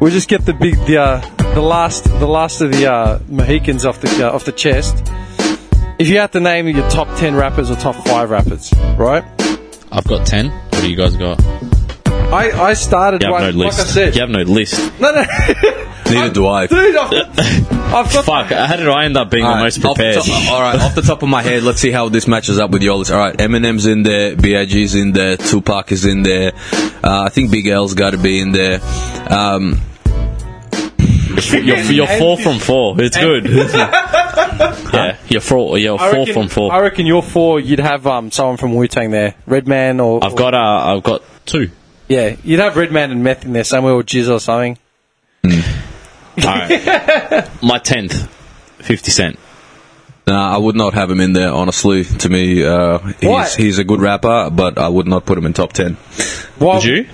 We'll just get the big the uh, the last the last of the uh, Mohicans off the uh, off the chest. If you had to name your top ten rappers or top five rappers, right? I've got 10. What do you guys got? I, I started You have one, no like list. I said. You have no list. No, no. Neither do I. Dude, I've, I've got Fuck, how did I end up being the most Alright, prepared? Off the top, all right, off the top of my head, let's see how this matches up with your list. All right, Eminem's in there, Big's in there, Tupac is in there. Uh, I think Big L's got to be in there. Um, You're, you're four from four. It's good. yeah, you're four. You're I four reckon, from I four. reckon you're four. You'd have um someone from Wu Tang there, Redman or I've or- got. Uh, I've got two. yeah. You'd have Redman and Meth in there somewhere or Jizz or something. All right. My tenth, Fifty Cent. nah, I would not have him in there, honestly. To me, uh, Why? he's, he's a good rapper, but I would not put him in top 10. Why- Would you?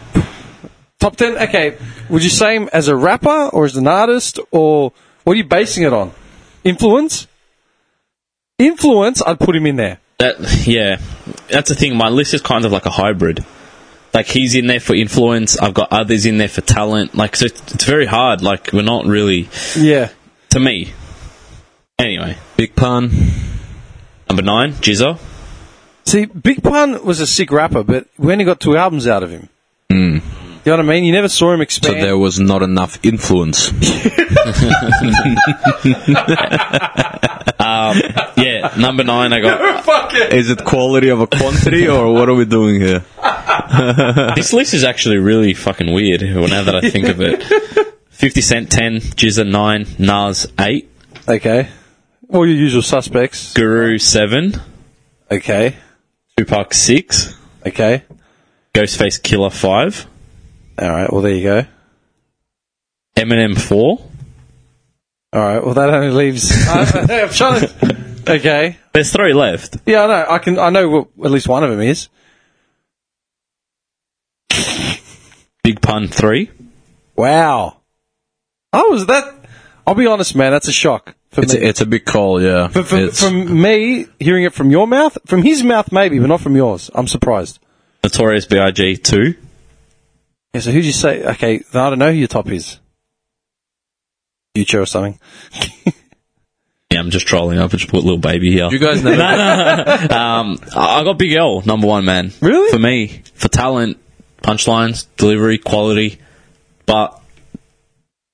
Top ten. Okay. Would you say him as a rapper or as an artist or what are you basing it on? Influence. Influence. I'd put him in there. That yeah. That's the thing. My list is kind of like a hybrid. Like he's in there for influence. I've got others in there for talent. Like so, it's, it's very hard. Like we're not really Yeah. to me. Anyway, Big Pun. number nine, Jizzo. See, Big Pun was a sick rapper, but we only got two albums out of him. Mm. You know what I mean? You never saw him So expand. there was not enough influence. Yeah, number nine. I got Is it quality of a quantity, or what are we doing here? this list is actually really fucking weird. well, Now that I think of it, Fifty Cent ten, Jizza nine, Nas eight, okay. All your usual suspects. Guru seven, Okay. Tupac six, Okay. Ghostface Killer five, All right. Well, there you go. Eminem four. All right. Well, that only leaves. I, I, I'm trying to. Okay. There's three left. Yeah, I know. I can. I know what at least one of them is. Big Pun three. Wow. I was Oh, that. I'll be honest, man. That's a shock for It's me. a, it's a big call, yeah. For- for- It's- from me, hearing it from your mouth, from his mouth, maybe, but not from yours. I'm surprised. Notorious B.I.G. two. Yeah, so who'd you say? Okay, then I don't know who your top is. Future or something. Yeah, I'm just trolling. I've just put little baby here. you guys never um, I I got Big L number one man. Really? For me, for talent, punchlines, delivery, quality, but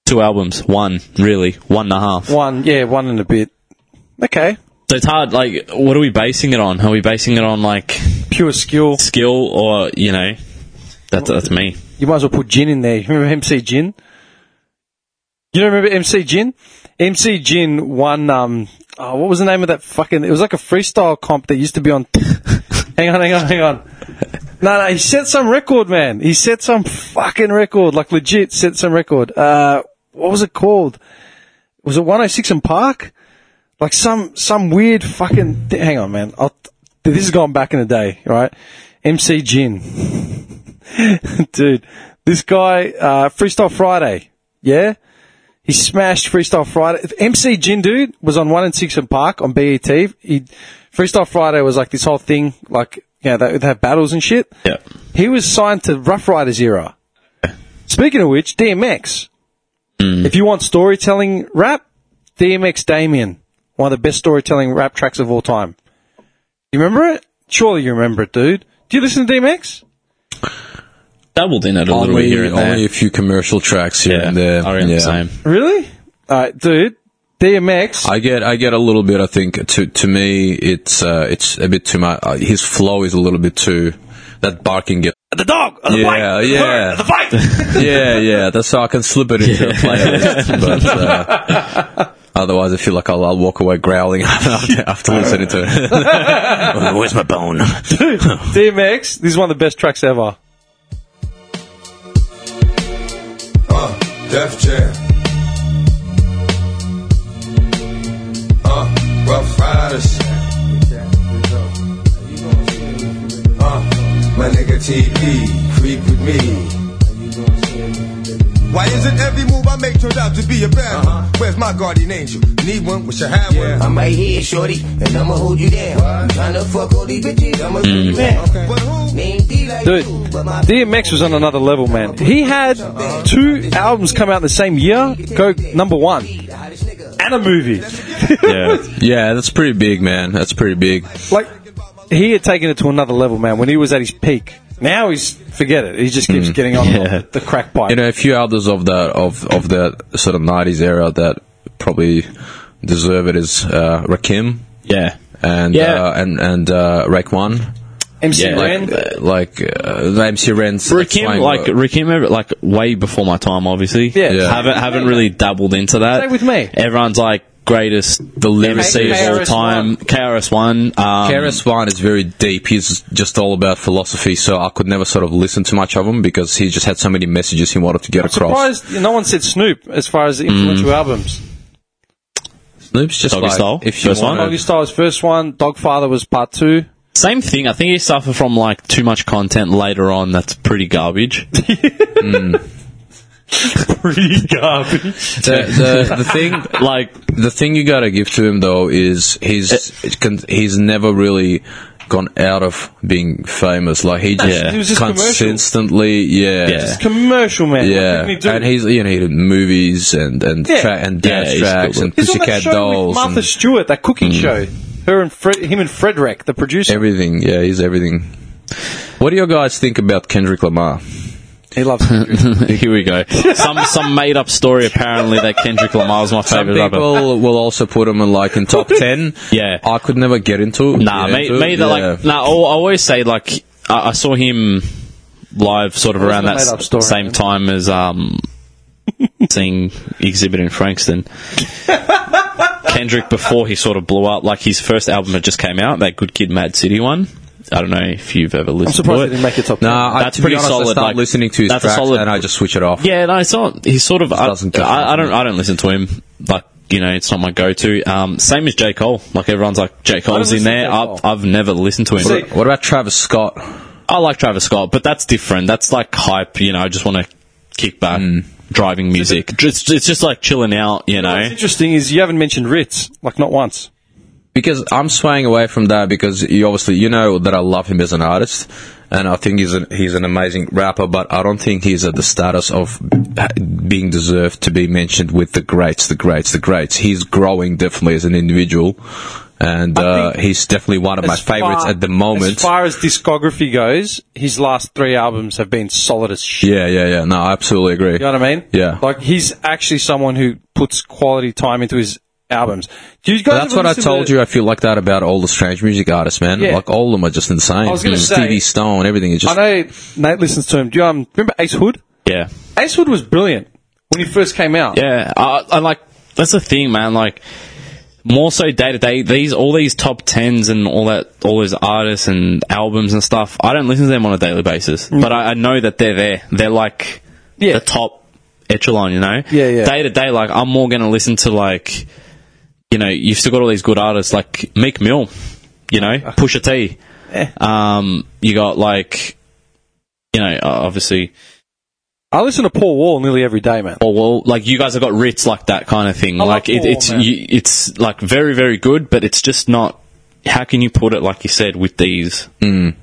two albums, one really, one and a half. One, yeah, one and a bit. Okay, So it's hard. Like, what are we basing it on? Are we basing it on like pure skill. skill or you know? That's that's me. You might as well put Jin in there. You remember MC Jin? You don't remember MC Jin? MC Jin won. Um, oh, what was the name of that fucking? It was like a freestyle comp that used to be on. hang on, hang on, hang on. No, no, he set some record, man. He set some fucking record, like legit set some record. Uh, what was it called? Was it 106 and Park? Like some some weird fucking. Th- hang on, man. I'll, this has gone back in the day, right? MC Jin dude, this guy, uh, Freestyle Friday, yeah? He smashed Freestyle Friday. MC Jin, dude, was on 1 and 6 in Park on BET. He, Freestyle Friday was like this whole thing, like, you know, they, they have battles and shit. Yeah. He was signed to Rough Riders era. Speaking of which, DMX. If you want storytelling rap, DMX Damien, one of the best storytelling rap tracks of all time. You remember it? Surely you remember it, dude. Do you listen to DMX? Dabbled in it a little bit only, here and there. only a few commercial tracks here yeah, and there. I reckon yeah. the same. Really? All right, dude. DMX. I get, I get a little bit. I think to to me, it's uh, it's a bit too much. Uh, his flow is a little bit too that barking. Get, the dog. The Yeah, bike, the yeah. bird, the bike. yeah, yeah. That's how I can slip it into a playlist. But uh, otherwise, I feel like I'll, I'll walk away growling after, after listening to it. Where's my bone? DMX. This is one of the best tracks ever. Uh, Def Jam. Uh, Rough Riders. Uh, my nigga TP, creep with me. Why isn't every move I make turned out to be a bad one? Uh-huh. Where's my guardian angel? Need one? Wish I had one. I'm right here, shorty, and I'ma hold you down. Tryna fuck all these bitches, I'ma put Hmm. Mm. you down. But who? Ain't D like Dude, you, but my DMX was on another level, man. He had two albums come out in the same year, go number one, and a movie. Yeah. Yeah, that's pretty big, man. That's pretty big. Like, he had taken it to another level, man, when he was at his peak. Now he's, forget it, he just keeps getting on Yeah. the crack pipe. Mm. You know, a few others of that of of that sort of '90s era that probably deserve it is uh, Rakim Yeah. and Yeah. uh, and and uh, Raekwon. MC Yeah, Ren, Like, uh, like uh, the MC Ren's Rakim, like uh, Rakim, ever- like way before my time, obviously. Yeah. Yeah. Haven't haven't really dabbled into that. Stay with me. Everyone's like greatest the MC of all time. KRS-One. KRS One. Um, KRS One is very deep. He's just all about philosophy, so I could never sort of listen to much of him because he just had so many messages he wanted to get across. Mm. surprised no one said Snoop as far as the influential albums. Snoop's just Doggy like Style, if you first one. want Doggy Style's first one, Dogfather was part two. Same thing. I think he suffered from like too much content later on. That's pretty garbage. Pretty garbage. the, the, the thing like the thing you gotta give to him though is he's con- he's never really gone out of being famous. Like he just, Yeah. He was just commercial. consistently, yeah, Yeah. Just Commercial man. What yeah. can he do? and he's you know he did movies and and Yeah. tra- and Yeah, dance he's tracks good. and He's on that pussycat show with dolls Martha and Hmm. Stewart, that cooking show. Her and Fred, him and Frederick, the producer. everything. Yeah, he's everything. What do you guys think about Kendrick Lamar? he loves. here we go. Some some made up story apparently that Kendrick Lamar was my Some favorite rapper. people will also put him in like in top ten. Yeah. I could never get into. Nah, get me, into it. me either, Yeah. like nah. I I always say like I, I saw him live sort of What's around the that made-up story, s- same man? time as um seeing exhibit in Frankston. Kendrick before he sort of blew up, like his first album that just came out, that Good Kid, Mad City one. I don't know if you've ever listened I'm surprised to he it. didn't make it top. Nah, I, That's to be pretty honest, I solid, start like- listening to his that's a tracks solid- and I just switch it off. Yeah, no, it's not. He's sort of. I, doesn't get I, I that. don't. I don't listen to him. Like you know, it's not my go-to. Um, same as J Cole. Like everyone's like J Cole's in listen to there. J. I've, Cole. I've never listened to him. See- What about Travis Scott? I like Travis Scott, but that's different. That's like hype. You know, I just want to kick back. Driving music. It's, it's just like chilling out, you know. What's interesting is you haven't mentioned Ritz, like not once. Because I'm swaying away from that because you obviously you know that I love him as an artist, and I think he's an he's an amazing rapper. But I don't think he's at the status of being deserved to be mentioned with the greats, the greats, the greats. He's growing definitely as an individual, and uh, he's definitely one of my As far- favorites at the moment. As far as discography goes, his last three albums have been solid as shit. yeah, yeah, yeah. No, I absolutely agree. You know what I mean? Yeah. Like he's actually someone who puts quality time into his albums. Do you guys? That's ever what I listen told to- you. I feel like that about all the strange music artists, man. Yeah. Like all of them are just insane. I was gonna Mm. say- Stevie Stone, everything is I just. know Nate listens to him. Do you um, remember Ace Hood? yeah. Ace Hood was brilliant when he first came out. Yeah, I, I like that's the thing, man. Like more so day to day, these all these top tens and all that, all those artists and albums and stuff. I don't listen to them on a daily basis, but I, I know that they're there. They're like Mm. Yeah. the top echelon, you know. Yeah, yeah. Day to day, like I'm more gonna listen to like you know you've still got all these good artists like Meek Mill, you know, Uh-huh. Pusha T. Eh. Um, you got like you know uh, obviously. I listen to Paul Wall nearly every day, man. Or Oh, well, like you guys have got writs like that kind of thing. I like like it, Paul, it's man. you, it's like very very good, but it's just not. How can you put it like you said with these Mm.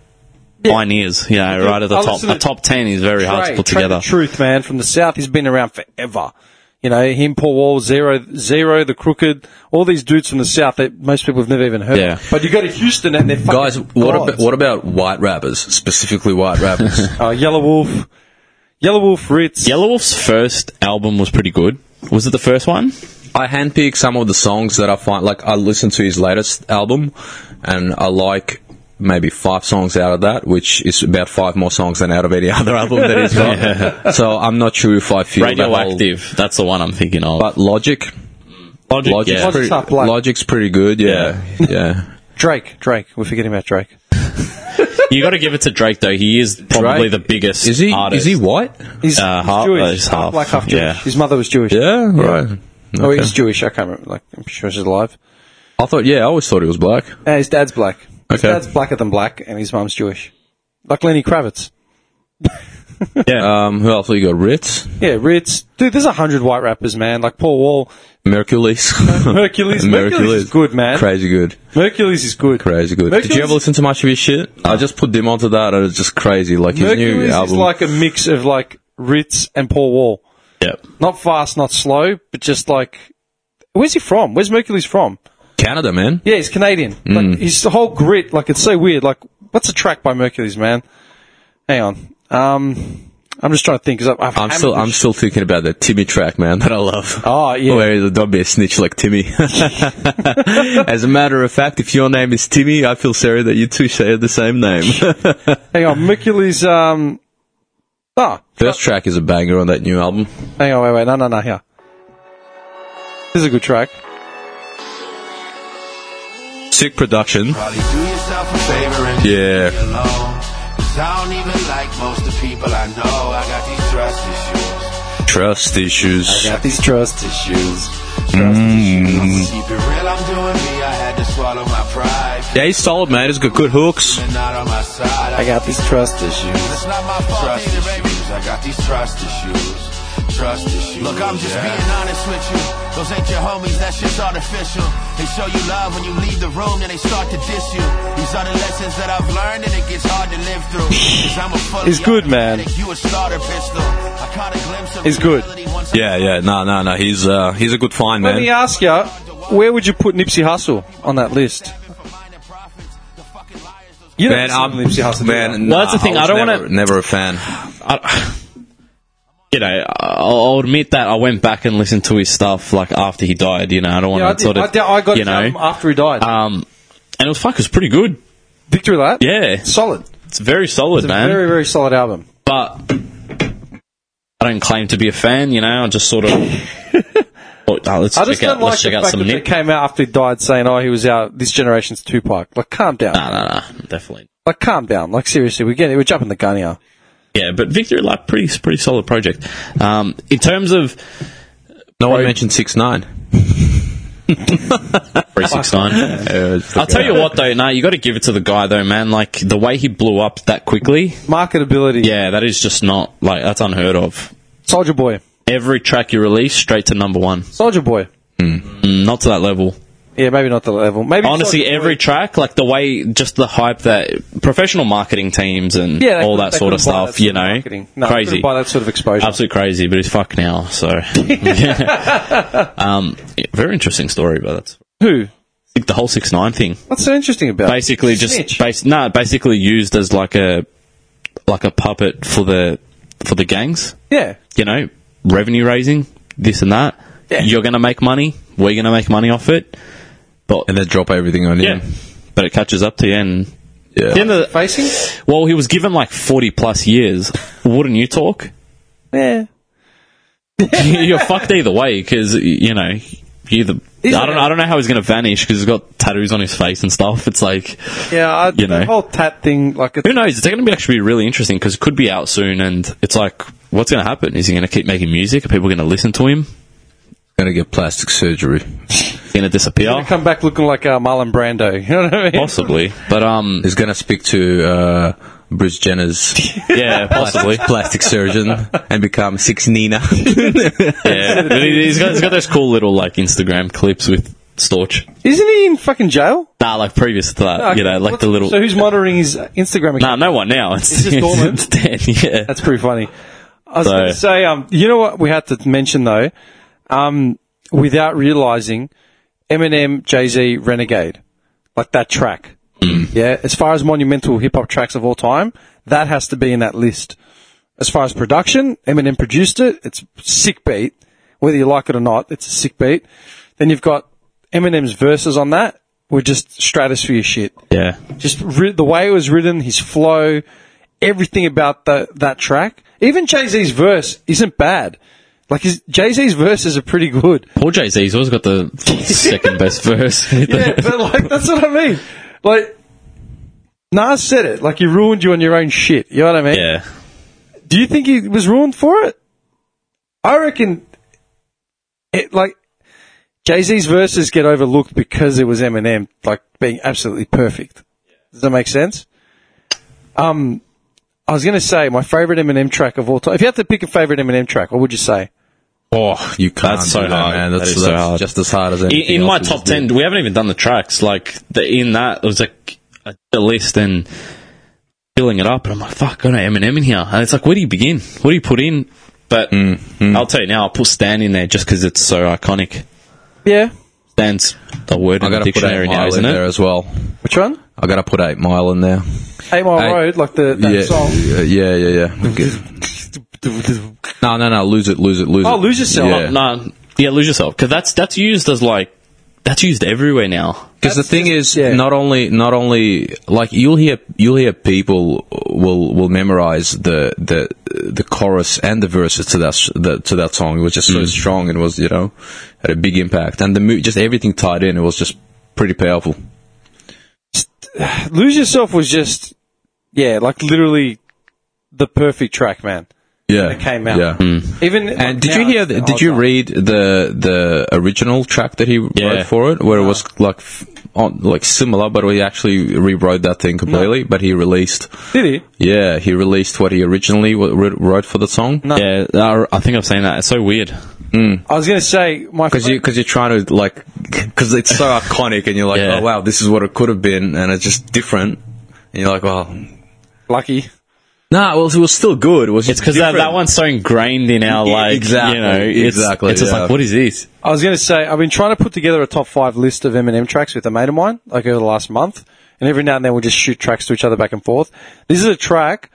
pioneers? You know, right at the I'll top. listen to The top ten is very hard to Trey, put Trey together. the truth, man, from the south, he's been around forever. You know, him, Paul Wall, Zero, Zero, the Crooked, all these dudes from the south that most people have never even heard. of. Yeah. But you go to Houston and they're fucking Guys, what gods. about, what about white rappers specifically? White rappers. Uh, Yellow Wolf, Yellow Wolf, Ritz. Yellow Wolf's first album was pretty good. Was it the first one? I handpick some of the songs that I find like I listen to his latest album, and I like maybe five songs out of that, which is about five more songs than out of any other album that he's got. So I'm not sure if I feel that whole- Radioactive. that's the one I'm thinking of. but Logic, Logic, Logic's yeah. pretty, tough, like- Logic's pretty good. Yeah, yeah. Drake, Drake. We're forgetting about Drake. you got to give it to Drake though. He is probably Drake- the biggest. Is he? Artist. Is he white? He's, Uh, he's half- Jewish. uh, he's half, black, half Jewish. yeah. His mother was Jewish. Yeah, right. Oh, Okay. he's Jewish. I can't remember. Like, I'm sure she's alive. I thought, yeah, I always thought he was black. And his dad's black. His Okay. dad's blacker than black, and his mum's Jewish. Like Lenny Kravitz. Yeah. Um, who else? We got Ritz, Yeah, Ritz. Dude, there's a hundred white rappers, man. Like Paul Wall. Mercules, Mercules. Mercules is good, man. Crazy good, Mercules is good. crazy good. Did you Mercules- ever listen to much of his shit? I just put them onto that, and it's just crazy. Like his new Mercules is album, like a mix of like Ritz and Paul Wall. yeah. Not fast, not slow, but just like. Where's he from? Where's Mercules from? Canada, man. Yeah, he's Canadian. Mm. Like, he's the whole grit. Like, it's so weird. Like, what's a track by Mercules, man? Hang on. Um, I'm just trying to think. Cause I've, I've I'm hammered still, this I'm still thinking about that Timmy track, man, that I love. Oh, yeah. Where he's a- don't be a snitch like Timmy. As a matter of fact, if your name is Timmy, I feel sorry that you two share the same name. Hang on, Mercules. Um, ah, First track is a banger on that new album. hang on, wait, wait, no, no, no, here. This is a good track. Sick production. Probably do yourself a favor and Yeah. just leave me alone. 'Cause I don't even like most of the people I know. I got these trust issues. Trust issues. got these trust issues. Trust issues. Keep it real, I'm doing me. I had to swallow my pride. Yeah, he's solid, man. He's got good hooks. And not on my side. I got these trust issues. It's not my fault trust either, baby. I got these trust issues. Trust issues. Look, I'm just being honest with you. Those ain't your homies, that shit's artificial. They show you love when you leave the room, then they start to diss you. These are the lessons that I've learned, and it gets hard to live through. Cause I'm a fully It's good, man. automatic, You a starter pistol. I caught a glimpse of It's good. reality once I Yeah, yeah. No, no, no. He's uh, he's a good find, Let me man. ask you, where would you put Nipsey Hussle on that list? You don't Man, listen to I'm Nipsey Hussle, do you? man. Well, that's the thing, I was don't never, wanna- Never a fan. I, you know, I'll, I'll admit that I went back and listened to his stuff like after he died. You know, I don't want Yeah, I, to sort did, I, of, did, I got you his album know, after he died. um, and it was fuck, it was pretty good. Victory Lap. Yeah, solid. it's very solid, It's a man. very very solid album. but I don't claim to be a fan. You know, I just sort of. Oh, oh, let's I just check don't out, like let's the check out fact some that they Nick. came out after he died saying, "Oh, he was our this generation's Tupac." Like, calm down. Nah, nah, nah, definitely. Like, calm down. Like, seriously, we're getting we're jumping the gun here. Yeah, but Victory Lap, pretty pretty solid project. Um, in terms of No one mentioned six nine. three six nine, I'll tell you what though, nah, you got to give it to the guy though, man. Like the way he blew up that quickly, Marketability. yeah, that is just not like that's unheard of. Soldier Boy. Every track you release, straight to number one. Soldier Boy. Mm, Not to that level. Yeah, maybe not the level. Maybe Honestly, Soulja Boy- every track, like the way, just the hype that professional marketing teams and yeah, they all couldn't- that they sort of couldn't buy stuff, that sort you of know, marketing. No, they crazy. couldn't buy that sort of exposure. Absolute crazy, but he's fucked now. So, um, yeah, very interesting story, but that's Who? like, the whole six nine thing. What's so interesting about? it? Basically, just Snitch. bas- no, basically used as like a like a puppet for the for the gangs. yeah. You know, revenue raising, this and that. Yeah. You're gonna make money. We're gonna make money off it. But And then drop everything on yeah, him. but it catches up to you and. Yeah. At the end of the- Facing. well, he was given like 40 plus years. Wouldn't you talk? Yeah. You're fucked either way because, you know, either. I don't, know, I don't know how he's going to vanish because he's got tattoos on his face and stuff. It's like, Yeah. I, You know. the whole tat thing. Like, it's, who knows? It's going to be actually really interesting because it could be out soon and it's like, what's going to happen? Is he going to keep making music? Are people going to listen to him? Gonna get plastic surgery. He's going to gonna disappear? come back looking like uh, Marlon Brando. You know what I mean? Possibly. But, um, He's gonna speak to uh, Bruce Jenner's yeah, possibly. plastic surgeon and become six Nina. Yeah. But he- he's got, he's got those cool little, like, Instagram clips with Storch. Isn't he in fucking jail? Nah, like, previous to that, you know, like the little. So who's monitoring his Instagram account? Nah, no one now. It's, It's just dormant. it's dead, yeah. That's pretty funny. I was So- going to say, um, you know what we had to mention though, um, without realizing, Eminem, Jay Z, Renegade, like that track. Mm. Yeah, as far as monumental hip hop tracks of all time, that has to be in that list. As far as production, Eminem produced it. It's sick beat, whether you like it or not. It's a sick beat. Then you've got Eminem's verses on that were just stratosphere shit yeah. just ri- the way it was written, his flow, everything about the, that track. Even Jay Z's verse isn't bad. Like his Jay Z's verses are pretty good. Poor Jay Z's always got the second best verse. Yeah, but like that's what I mean. Like Nas said it. Like he ruined you on your own shit. You know what I mean? Yeah. Do you think he was ruined for it? I reckon. It like Jay Z's verses get overlooked because it was Eminem like being absolutely perfect. Does that make sense? Um, I was going to say my favorite Eminem track of all time. If you had to pick a favorite Eminem track, what would you say? Oh, you can't. That's so do that, hard. Man. That's, That is so that's hard. just as hard as anything in, in my else we top just ten, did. we haven't even done the tracks. Like the, in that, it was like a, a list and filling it up. And I'm like, fuck, got an Eminem in here. And it's like, where do you begin? What do you put in? But Mm-hmm. I'll tell you now, I'll put Stan in there just because it's so iconic. Yeah, Stan's the word I in the gotta put dictionary eight now, mile isn't in it? there as well. which one? I gotta put eight mile in there. Eight Mile Eight- Road, like the that yeah, song. yeah, yeah, yeah. no, no, no. Lose it, lose it, lose it. Oh, lose yourself. Yeah. No, yeah, lose yourself because that's that's used as like that's used everywhere now. Because the thing is, yeah. not only not only like you'll hear you'll hear people will will memorize the the the chorus and the verses to that sh- the, to that song. It was just so Mm. strong. It was you know had a big impact, and the mo- just everything tied in. It was just pretty powerful. Lose Yourself was just, yeah, like literally the perfect track, man. Yeah, It came out. Mm. Yeah. Even And did you hear? oh, The, did you read the the original track that he Yeah. wrote for it, where it was like f- on, like similar, but he actually rewrote that thing completely. But he released, Did he? yeah, he released what he originally w- wr- wrote for the song. No. Yeah, I, I think I've seen that. It's so weird. I was going to say my Because you, cause you're trying to like, because it's so iconic, and you're like, Yeah. oh wow, this is what it could have been, and it's just different. And you're like, well, lucky. nah, well, it was still good. It was It's because that, that one's so ingrained in our Yeah, like exactly, You know, it's, exactly, It's just yeah. like what is this? I was going to say I've been trying to put together a top five list of Eminem tracks with a mate of mine, like over the last month, and every now and then we'll just shoot tracks to each other back and forth. This is a track.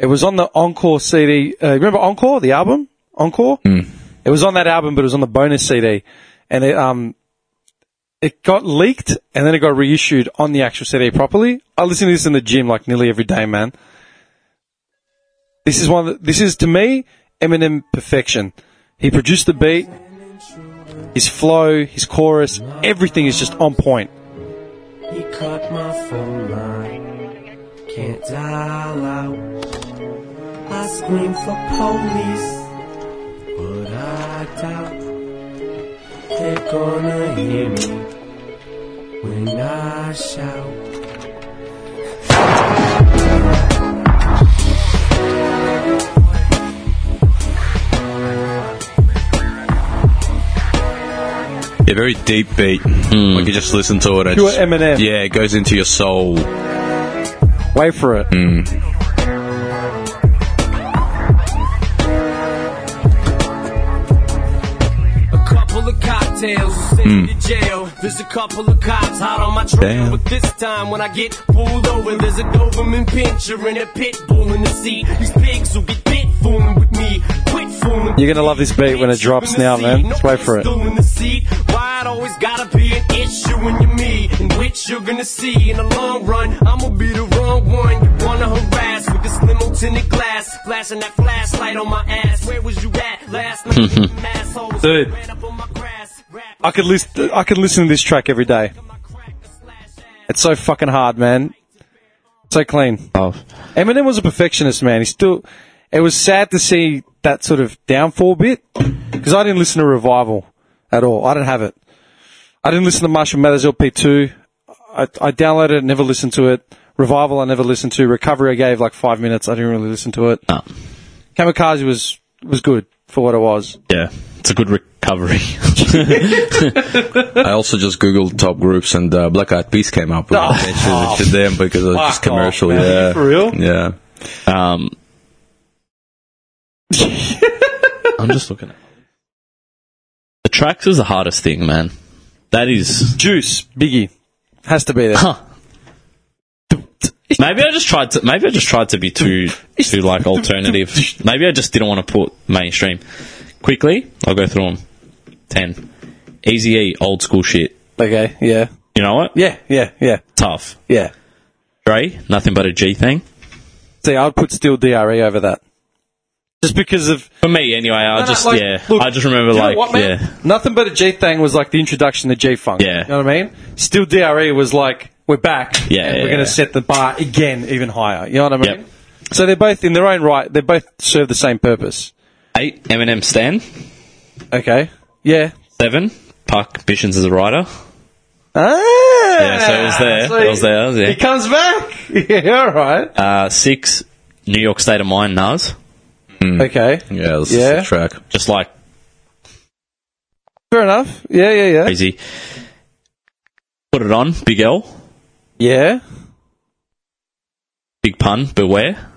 It was on the Encore CD. Uh, remember Encore, the album Encore? It was on that album, but it was on the bonus CD, and it um it got leaked and then it got reissued on the actual CD properly. I listen to this in the gym like nearly every day, man. This is one. Of the, this is to me Eminem perfection. He produced the beat, his flow, his chorus, everything is just on point. He cut my phone line. Can't dial out. I scream for police, but I doubt they're gonna hear me when I shout. a very deep beat. Like you just listen to it. and Pure it's- Eminem. Yeah, it goes into your soul. Wait for it. Hmm. A couple of cocktails, send Hmm. me to jail. There's a couple of cops hot on my trail. Damn. But this time when I get pulled over, there's a Doberman pincher and a pit bull in the seat. These pigs will get bit fooling with me. Quit fooling. You're gonna love this beat when it drops now, man. Let's wait for it. Pistol in the seat. Why it always gotta be an issue when you're me, and which you're gonna see in the long run. I'ma be the wrong one you wanna harass with this limo tinted glass, flashing that flashlight on my ass. Where was you at last night? Assholes Dude. ran up on my grass, rap- I could listen. I could listen to this track every day. It's so fucking hard, man. So clean. Oh, Eminem was a perfectionist, man. He still. It was sad to see that sort of downfall bit because I didn't listen to Revival at all. I didn't have it. I didn't listen to Marshall Mathers LP2. I, I downloaded it, never listened to it. Revival, I never listened to. Recovery, I gave like five minutes. I didn't really listen to it. No. Kamikaze was was good for what it was. yeah, it's a good recovery. I also just googled top groups and uh, Black Eyed Peas came up with Oh. a mention to them because of this Fuck commercial. off, man. yeah, For real? Yeah. um, I'm just looking at the tracks is the hardest thing, man. That is. Juice, Biggie, has to be there. Huh. Maybe I just tried to. Maybe I just tried to be too too like alternative. Maybe I just didn't want to put mainstream. Quickly, I'll go through them. Ten, Easy E, old school shit. Okay, yeah, You know what? yeah, yeah, yeah, Tough. yeah. Dre, nothing but a G thing. See, I'd put Steel Dre over that, just because of For me, anyway, I No, no, just like, yeah. look, I just remember Do you know like what, man? yeah, Nothing but a G thing was like the introduction to G Funk. Yeah. You know what I mean? Still DRE E was like, we're back. Yeah, and yeah, We're going yeah. to set the bar again even higher. You know what I mean? Yep. So they're both, in their own right, they both serve the same purpose. eight Eminem Stan, Okay. Yeah. seven Park Bishan's as a writer. Ah, Yeah, so it was there. so it was there. He Yeah. comes back. Yeah, all right. Uh, six New York State of Mind, Nas. Um, Okay. Yeah, this is Yeah. the track. Just like Fair enough. Yeah, yeah, yeah. crazy. Put it on, Big L, Yeah. Big Pun, Beware.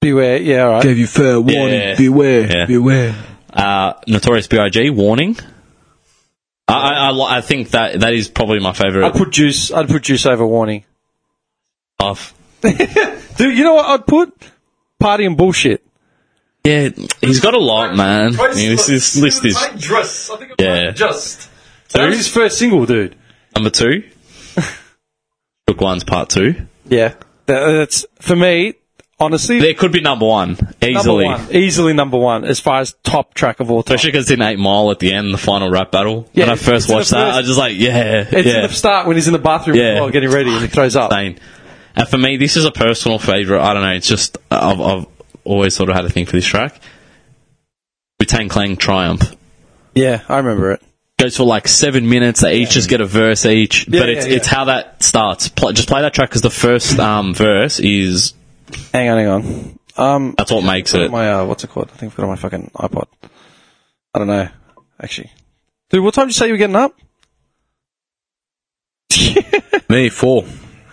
Beware. Yeah, all right. Gave you fair warning. Yeah. Beware. Yeah. Beware. Uh, Notorious B.I.G. Warning. I, I, I, li- I think that that is probably my I'd favorite. put juice. I'd put juice over warning. Off. Dude, you know what? I'd put party and bullshit. Yeah, he's got a lot, Oh, man. Yeah, this, this list is just. I think it Yeah. like just. That was his first single, dude. number two. Took one's part two. Yeah, That- that's for me. Honestly, There could be number one easily, number one, easily number one as far as top track of all time. especially because it's in Eight Mile at the end, the final rap battle. Yeah, when I it's first in the watched that, first- I was just like, yeah, It's yeah. in the start when he's in the bathroom Yeah. while getting ready and he throws up. insane. And for me, this is a personal favorite. I don't know. It's just I've, I've always sort of had a thing for this track. Wu Tang Clan Triumph Yeah, I remember it. goes for like seven minutes. They each just get a verse each, Yeah, but yeah, it's yeah. it's how that starts. Pl- just play that track because the first um, verse is Hang on, hang on. Um, that's what makes it. my uh, what's it called? I think I've got it on my fucking iPod. I don't know, actually. Dude, what time did you say you were getting up? Me, four.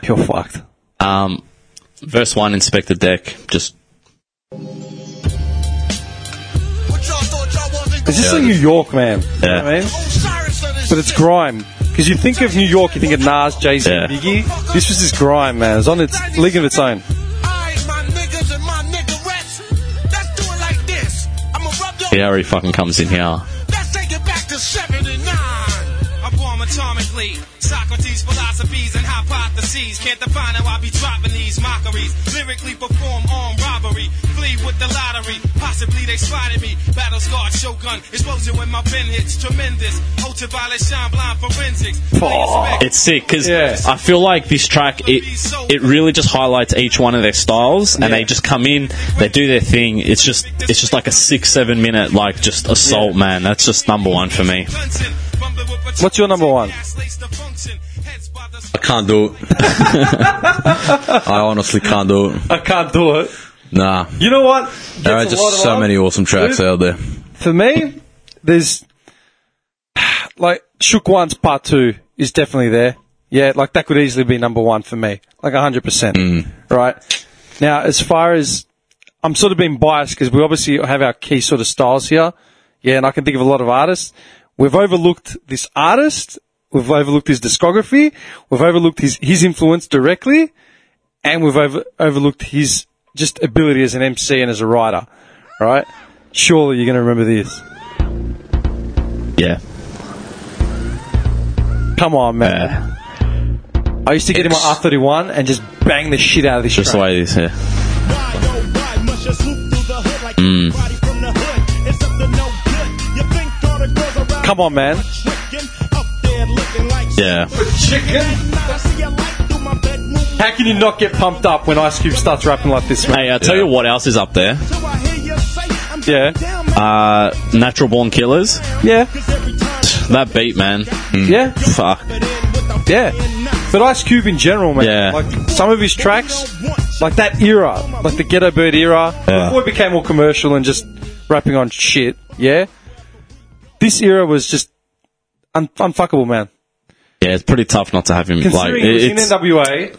You're fucked. Um, verse one, inspect the deck. Just Is this a New York man? You know what I mean? Oh, But it's grime. Because you think of New York, you think of Nas, Jay Z, Yeah. Biggie. This was just grime, man. It was on its league of its own. it already fucking comes in here. Let's take it back to 79. I bomb atomically. Socrates' philosophies and hypotheses. Can't define how I be dropping these mockeries. Lyrically perform armed robbery. Flee with the lottery. Possibly they spotted me. Battle scarred shogun. Explosion when my pen hits. Tremendous. Ultraviolet shine blind forensics. It's sick because Yeah. I feel like this track it it really just highlights each one of their styles, and they just come in, they do their thing. It's just it's just like a six seven minute like just assault, man. That's just number one for me. What's your number one? I can't do it. I honestly can't do it. I can't do it. Nah. You know what? There are Gets a lot just of so love. many awesome tracks Dude. out there. For me, there's like Shook One's Part Two is definitely there. Yeah, like that could easily be number one for me, like hundred percent. Right now, as far as I'm sort of being biased because we obviously have our key sort of styles here. Yeah, and I can think of a lot of artists. We've overlooked this artist. We've overlooked his discography. We've overlooked his his influence directly, and we've over, overlooked his just ability as an MC and as a writer. Right? Surely you're going to remember this. Yeah, Come on, man. yeah. I used to get in my R31 and just bang the shit out of this just the track. way it is. Yeah. Come on, man. yeah. How can you not get pumped up when Ice Cube starts rapping like this, man? Hey, I'll tell you what else is up there. Yeah. Uh, Natural Born Killers. Yeah. That beat, man. Hmm. Yeah. Fuck. Yeah. But Ice Cube in general, man. Yeah. Like, some of his tracks, like that era, like the Ghetto Bird era, Yeah. before it became all commercial and just rapping on shit, yeah? This era was just un- unfuckable, man. Yeah, it's pretty tough not to have him. Like, Considering it- he was it's in NWA, and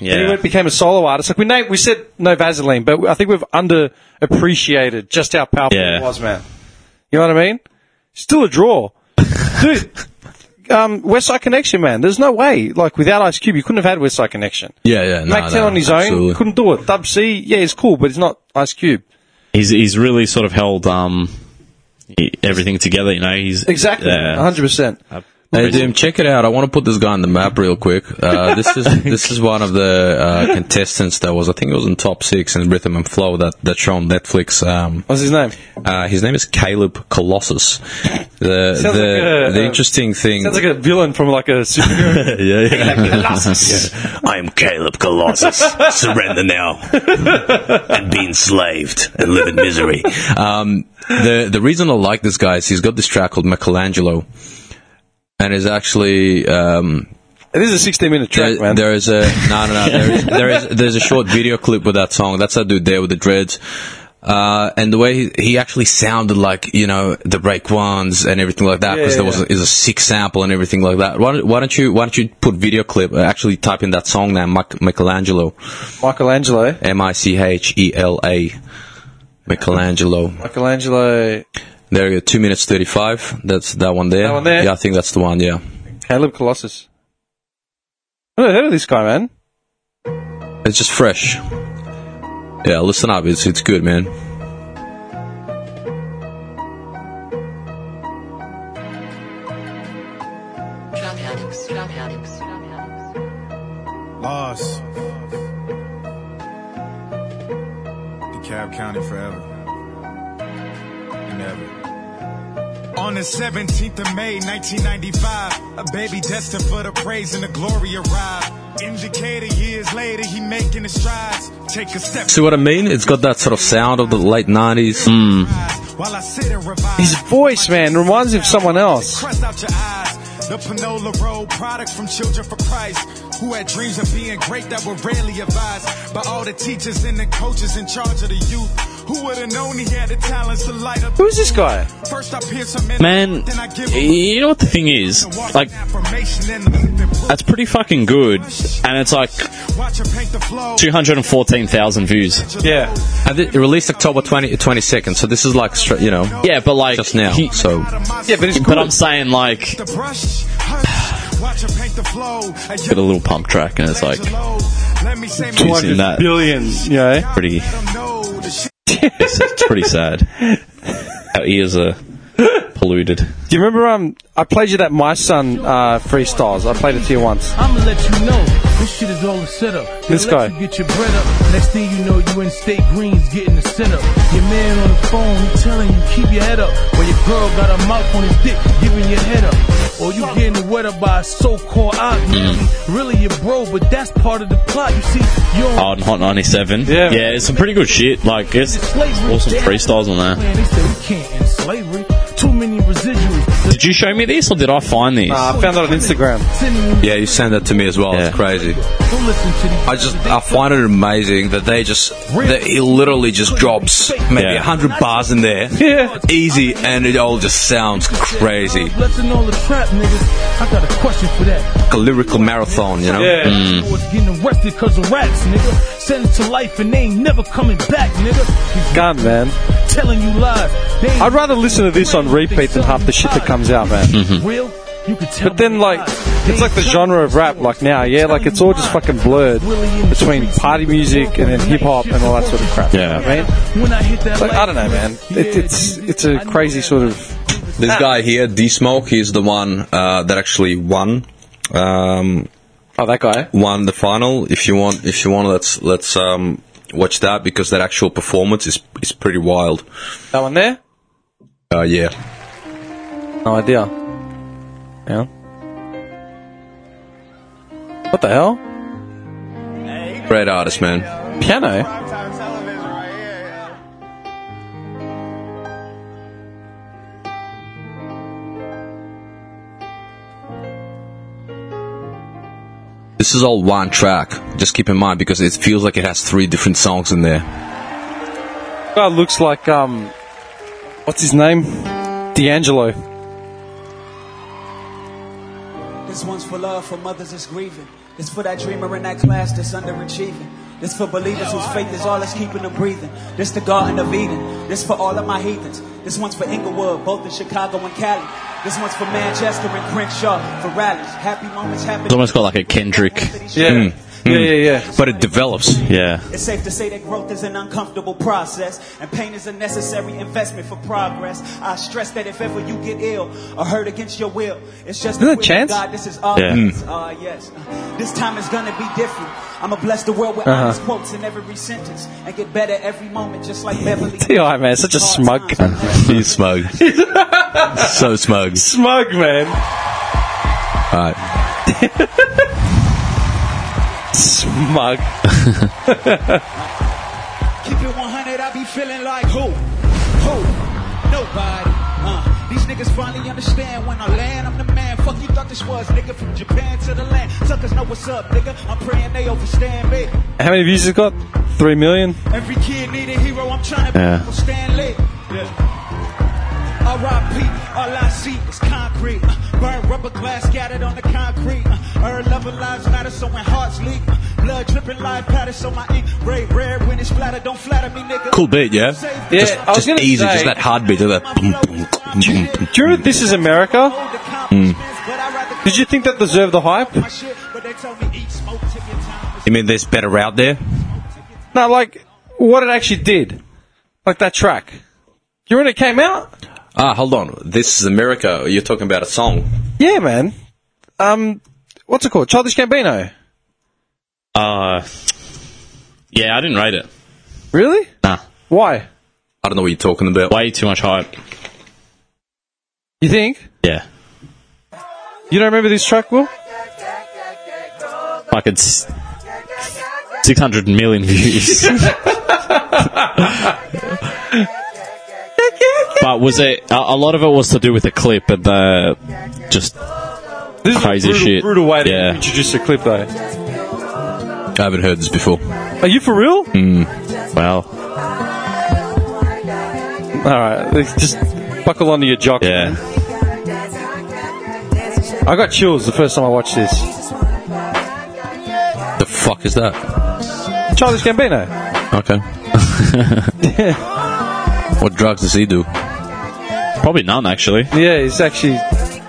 he yeah. went, became a solo artist. Like we named, we said no Vaseline, but I think we've underappreciated just how powerful Yeah. it was, man. You know what I mean? Still a draw, dude. Um, Westside Connection, man. There's no way. Like without Ice Cube, you couldn't have had Westside Connection. Yeah, yeah. Nah, Mac Ten nah, on his absolutely. own couldn't do it. Dub C, yeah, he's cool, but he's not Ice Cube. He's he's really sort of held um he- everything together. You know, he's Exactly, Yeah. 100. percent Hey, Dim, check it out. I want to put this guy on the map real quick. Uh, this is this is one of the uh, contestants that was, I think it was in top six in Rhythm and Flow that, that show on Netflix. Um, What's his name? uh, his name is Caleb Colossus. The Sounds the, like a- the interesting thing. Sounds like a villain from like a superhero. yeah, yeah. I am Caleb Colossus. Surrender now and be enslaved and live in misery. um, the the reason I like this guy is he's got this track called Michelangelo, and is actually um, It is a 16 minute track, There- man. there is a no, no, no. There is, there is there's a short video clip with that song. That's that dude there with the dreads, uh, and the way he, he actually sounded like you know the break ones and everything like that because Yeah, there yeah, was a, is a sick sample and everything like that. Why don't, why don't you why don't you put video clip? uh, Actually, type in that song now, Mike, Michelangelo, Michelangelo. M I C H E L A, Michelangelo. Michelangelo. There you go, two minutes thirty five. That's that one there. That one there? Yeah, I think that's the one. Yeah, Caleb Colossus. I never heard of this guy, man. it's just fresh. Yeah, listen up. It's it's good, man. Lost. DeKalb County forever. And ever. On the 17th of May, 1995, a baby destined for the praise and the glory arrived. Indicated years later, he making his strides. Take a step See what I mean? It's got that sort of sound of the late 90s. while I sit and revise. His voice, man, reminds me of someone else. Crust out your eyes. The Panola Road product from Children for Christ, who had dreams of being great that were rarely advised by all the teachers and the coaches in charge of the youth. Who would have known he had the talents to light up? Who's this guy? First I pierce him in, Man, then I give him you know what the thing is? Like, affirmation and the that's pretty fucking good, and it's like watch him paint the flow. 214,000 views. Yeah. And it released October 20, 22nd, so this is like, stra- you know, Yeah, but like just now. he- so, Yeah, but it's but good. I'm saying like the brush, hush, watch him paint the flow. A get a little pump track, and it's like Michelangelo, let me say my using that. billion. Yeah. eh? Pretty, Let 'em know the shit it's, it's pretty sad. Our ears are polluted. Do you remember um I played you that My Son uh freestyles. I played it to you once. I'ma let you know this shit is all a setup. They This let guy. You Uh, get your bread up. Next thing you know, you in state greens getting the center. Your man on the phone he telling you keep your head up. When your girl got a mouth on his dick giving your head up. Or you getting wet up by a so-called op. Really your bro, but that's part of the plot. You see, you don't on Hot 97. Yeah. yeah, it's some pretty good shit. Like, it's slavery. awesome They had freestyles on there. plan. They said we can't end slavery. Too many residuals. Did you show me this, or did I find these? Uh, I found it on Instagram. Sending you- yeah, you send that to me as well. Yeah. It's crazy. Don't listen to these. I just, I find it amazing that they just, that he literally just drops maybe a Yeah. 100 bars in there. Yeah. Easy, and it all just sounds crazy. Blessing all the trap niggas. I got a question for that. Like a lyrical marathon, you know? Was getting arrested 'cause of rats, nigga. Sentenced to life and they ain't never coming back, nigga. These Gun, man. guys telling you lies. They ain't I'd rather listen to this on repeat than half the shit that comes out, man. real. You could tell But then, like, it's like the genre of rap, like now, yeah, like it's all just fucking blurred between party music and then hip hop and all that sort of crap. Yeah. You know what I mean? When I hit that Like, I don't know, man. It, it's it's a crazy sort of. This guy here, D Smoke, he's the one uh, that actually won. Um, Oh, that guy. won the final. If you want, if you want, let's let's um, watch that because that actual performance is is pretty wild. That one there. Uh, yeah, No idea. Yeah. What the hell? great artist, man. Piano. This is all one track. Just keep in mind because it feels like it has three different songs in there. Guy looks like um, what's his name? D'Angelo. This one's for love, for mothers that's grieving. This for that dreamer in that class that's underachieving. This for believers whose faith is all that's keeping them breathing. This the Garden of Eden. This for all of my heathens. This one's for Inglewood, both in Chicago and Cali. This one's for Manchester and Crenshaw, for rallies. Happy moments happen. It's almost got like a Kendrick. Yeah. Yeah, yeah, yeah. Hmm. But it develops. Yeah. It's safe to say that growth is an uncomfortable process, and pain is a necessary investment for progress. I stress that if ever you get ill or hurt against your will, it's Isn't just the that will of Chance? Hmm. God. This is all. Yeah. Uh, yes. This time is gonna be different. I'ma bless the world with Uh-huh. honest quotes in every sentence and get better every moment, just like Beverly. T.I. man, such a smug Hard times. He's smug. so smug. Smug man. All right. Smug. Keep it 100, I be feeling like who? Who? Nobody. Uh, these niggas finally understand when I land, I'm the man. Fuck fuck you thought this was, nigga? From Japan to the land. Suckers know what's up, nigga. I'm praying they overstand me. How many views has it got? Three million. Every kid need a hero. I'm trying to Yeah. be Stanley. R.I.P. All I see is concrete. Uh, burn rubber glass scattered on the concrete. Uh, our lover lives matter, so when hearts leak, uh, blood dripping like patters so my ink. Ray rare when it's flatter. Don't flatter me, nigga. Cool beat, yeah? Yeah, just, I was just gonna easy, say- just that hard beat of that. Do you remember This Is America? Hmm. Mm. Did you think that deserved the hype? You mean there's better out there? No, like what it actually did, like that track. Do you remember when it came out? Ah, hold on. This is America. You're talking about a song. Yeah, man. Um, what's it called? Childish Gambino. Uh, yeah, I didn't rate it. Really? Nah. Why? I don't know what you're talking about. Way too much hype. You think? Yeah. You don't remember this track, Will? Like it's 600 million views. but was it, a, a lot of it was to do with the clip and the, just This is crazy a brutal, shit. brutal way to yeah. introduce a clip, though. I haven't heard this before. Hmm. Are you for real? Mm. Well, All right, let's just buckle onto your jock. Yeah. I got chills the first time I watched this. The fuck is that? Childish Gambino. Okay. what drugs does he do? probably none actually. Yeah, he's actually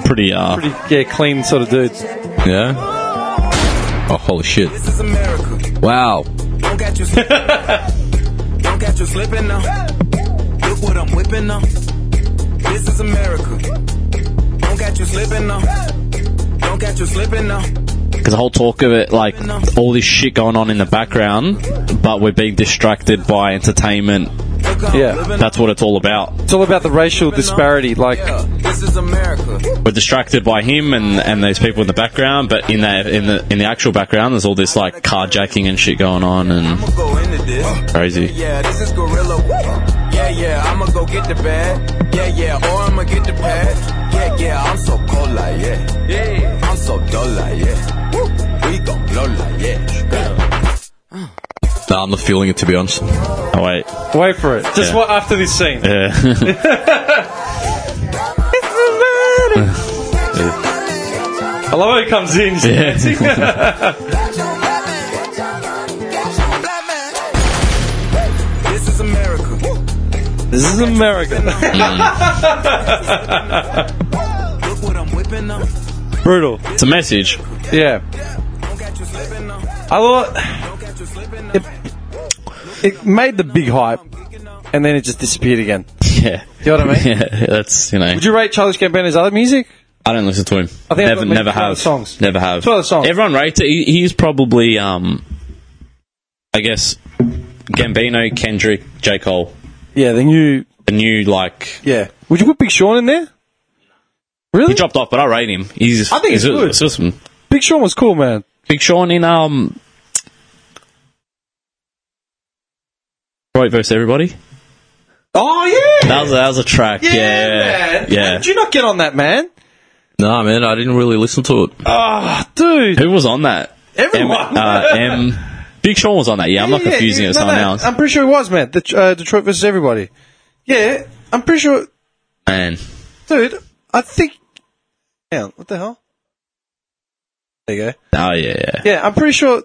pretty, uh, pretty yeah clean sort of dude. Yeah? Oh, holy shit. Wow. Don't catch you slipping. Don't catch you slipping now. Look what I'm whipping now. This is America. Don't catch you slipping now. Don't catch you slipping now. Because the whole talk of it, like all this shit going on in the background, but we're being distracted by entertainment. Yeah. That's what it's all about. It's all about the racial disparity. Like, This is America. We're distracted by him and, and those people in the background, but in the in the in the actual background, there's all this like carjacking and shit going on and Go into this. crazy. Yeah, this is Gorilla. Yeah, yeah, I'ma go get the bag. Yeah, yeah, or I'ma get the pad. Yeah, yeah, I'm so cold like yeah. Yeah, I'm so dull like yeah. Woo. We gon' blow like yeah. Nah, I'm not feeling it, to be honest. Oh, wait. wait for it. Just Yeah. what after this scene. Yeah. I love how he comes in. he's Yeah. dancing. This is America. this is America. Look what I'm whipping now. Brutal. It's a message. Yeah. I thought it, it made the big hype, and then it just disappeared again. Yeah. You know what I mean? Yeah, that's you know. Would you rate Childish Gambino's other music? I don't listen to him. I think I've never, got maybe never 12 have. songs. Never have. 12 songs. Everyone rates it. He, he's probably, um, I guess, Gambino, Kendrick, J. Cole. Yeah, the new. The new, like, Yeah. Would you put Big Sean in there? Really? he dropped off, but I rate him. He's, I think he's it's good. It's awesome. Big Sean was cool, man. Big Sean in, um, Right versus everybody. Oh yeah. That was, that was a track. Yeah, man. yeah. Did you not get on that, man? Nah, man, I didn't really listen to it. Ah, dude. Who was on that? Everyone. M, uh, M. Big Sean was on that. Yeah, I'm not Yeah, yeah, confusing it with no, someone no, else. I'm pretty sure it was, man. The, uh, Detroit versus everybody. Yeah, I'm pretty sure, Man, dude. I think. Hang on, what the hell? There you go. oh yeah, yeah. Yeah, I'm pretty sure.